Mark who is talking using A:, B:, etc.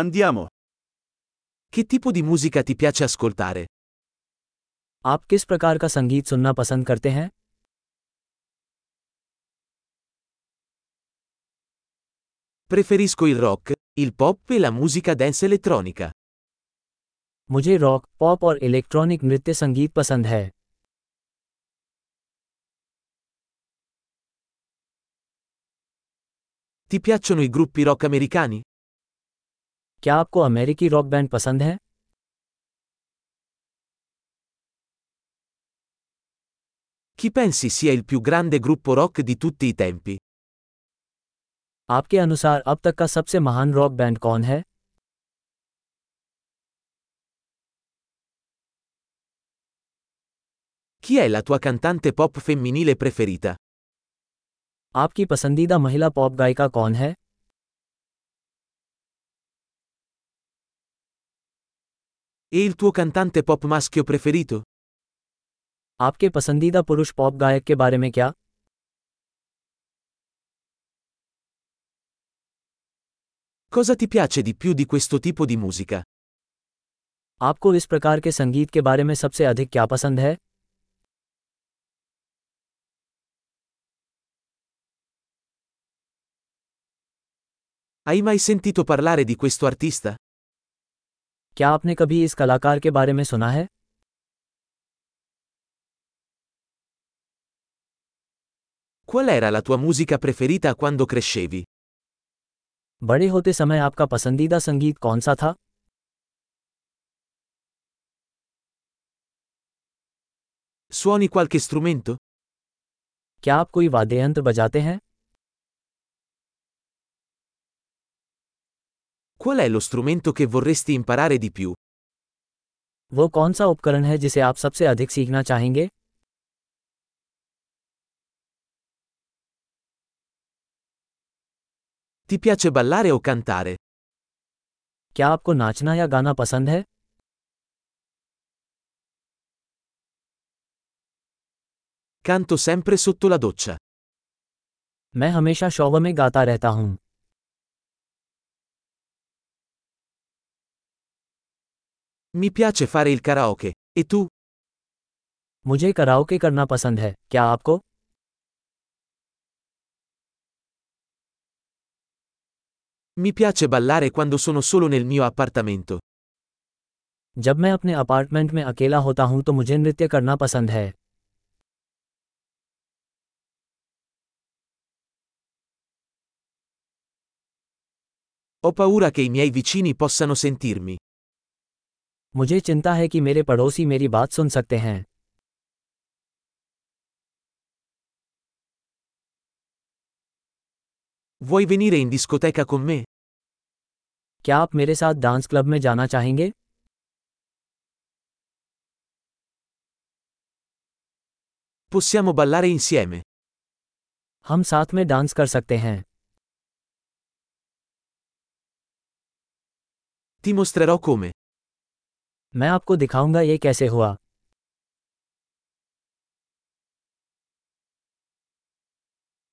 A: Andiamo. Che tipo di musica ti piace ascoltare?
B: आप किस प्रकार का संगीत सुनना पसंद करते हैं
A: Preferisco il rock, il pop e la musica dance elettronica.
B: मुझे रॉक पॉप और इलेक्ट्रॉनिक नृत्य संगीत पसंद है
A: Ti piacciono i gruppi rock americani?
B: क्या आपको अमेरिकी रॉक बैंड पसंद है
A: Chi pensi sia il più grande gruppo rock di tutti i tempi?
B: आपके अनुसार अब तक का सबसे महान रॉक बैंड कौन है
A: Chi è la tua cantante pop femminile preferita?
B: आपकी पसंदीदा महिला पॉप गायिका कौन है
A: E il tuo cantante pop maschio preferito?
B: आपके पसंदीदा पुरुष पॉप गायक के बारे में क्या
A: Cosa ti piace di più di questo tipo di musica?
B: आपको इस प्रकार के संगीत के बारे में सबसे अधिक क्या पसंद है
A: Hai mai sentito parlare di questo artista?
B: क्या आपने कभी इस कलाकार के बारे में सुना है
A: Qual era la tua musica preferita quando crescevi?
B: बड़े होते समय आपका पसंदीदा संगीत कौन सा था
A: Suoni qualche strumento?
B: क्या आप कोई वाद्य यंत्र बजाते हैं
A: Qual è lo strumento che vorresti imparare di più?
B: वो कौन सा उपकरण है जिसे आप सबसे अधिक सीखना चाहेंगे
A: Ti piace ballare o cantare?
B: क्या आपको नाचना या गाना पसंद है
A: Canto sempre sotto la doccia.
B: मैं हमेशा शौव में गाता रहता हूँ
A: Mi piace fare il karaoke. E tu?
B: मुझे कराओके करना पसंद है क्या आपको
A: Mi piace ballare quando sono solo nel mio appartamento.
B: जब मैं अपने अपार्टमेंट में अकेला होता हूँ तो मुझे नृत्य करना पसंद है
A: Ho paura che i miei vicini possano sentirmi.
B: मुझे चिंता है कि मेरे पड़ोसी मेरी बात सुन सकते हैं
A: Vuoi venire in discoteca con me?
B: क्या आप मेरे साथ डांस क्लब में जाना चाहेंगे
A: Possiamo ballare insieme.
B: हम साथ में डांस कर सकते हैं
A: Ti mostrerò come.
B: मैं आपको दिखाऊंगा ये कैसे हुआ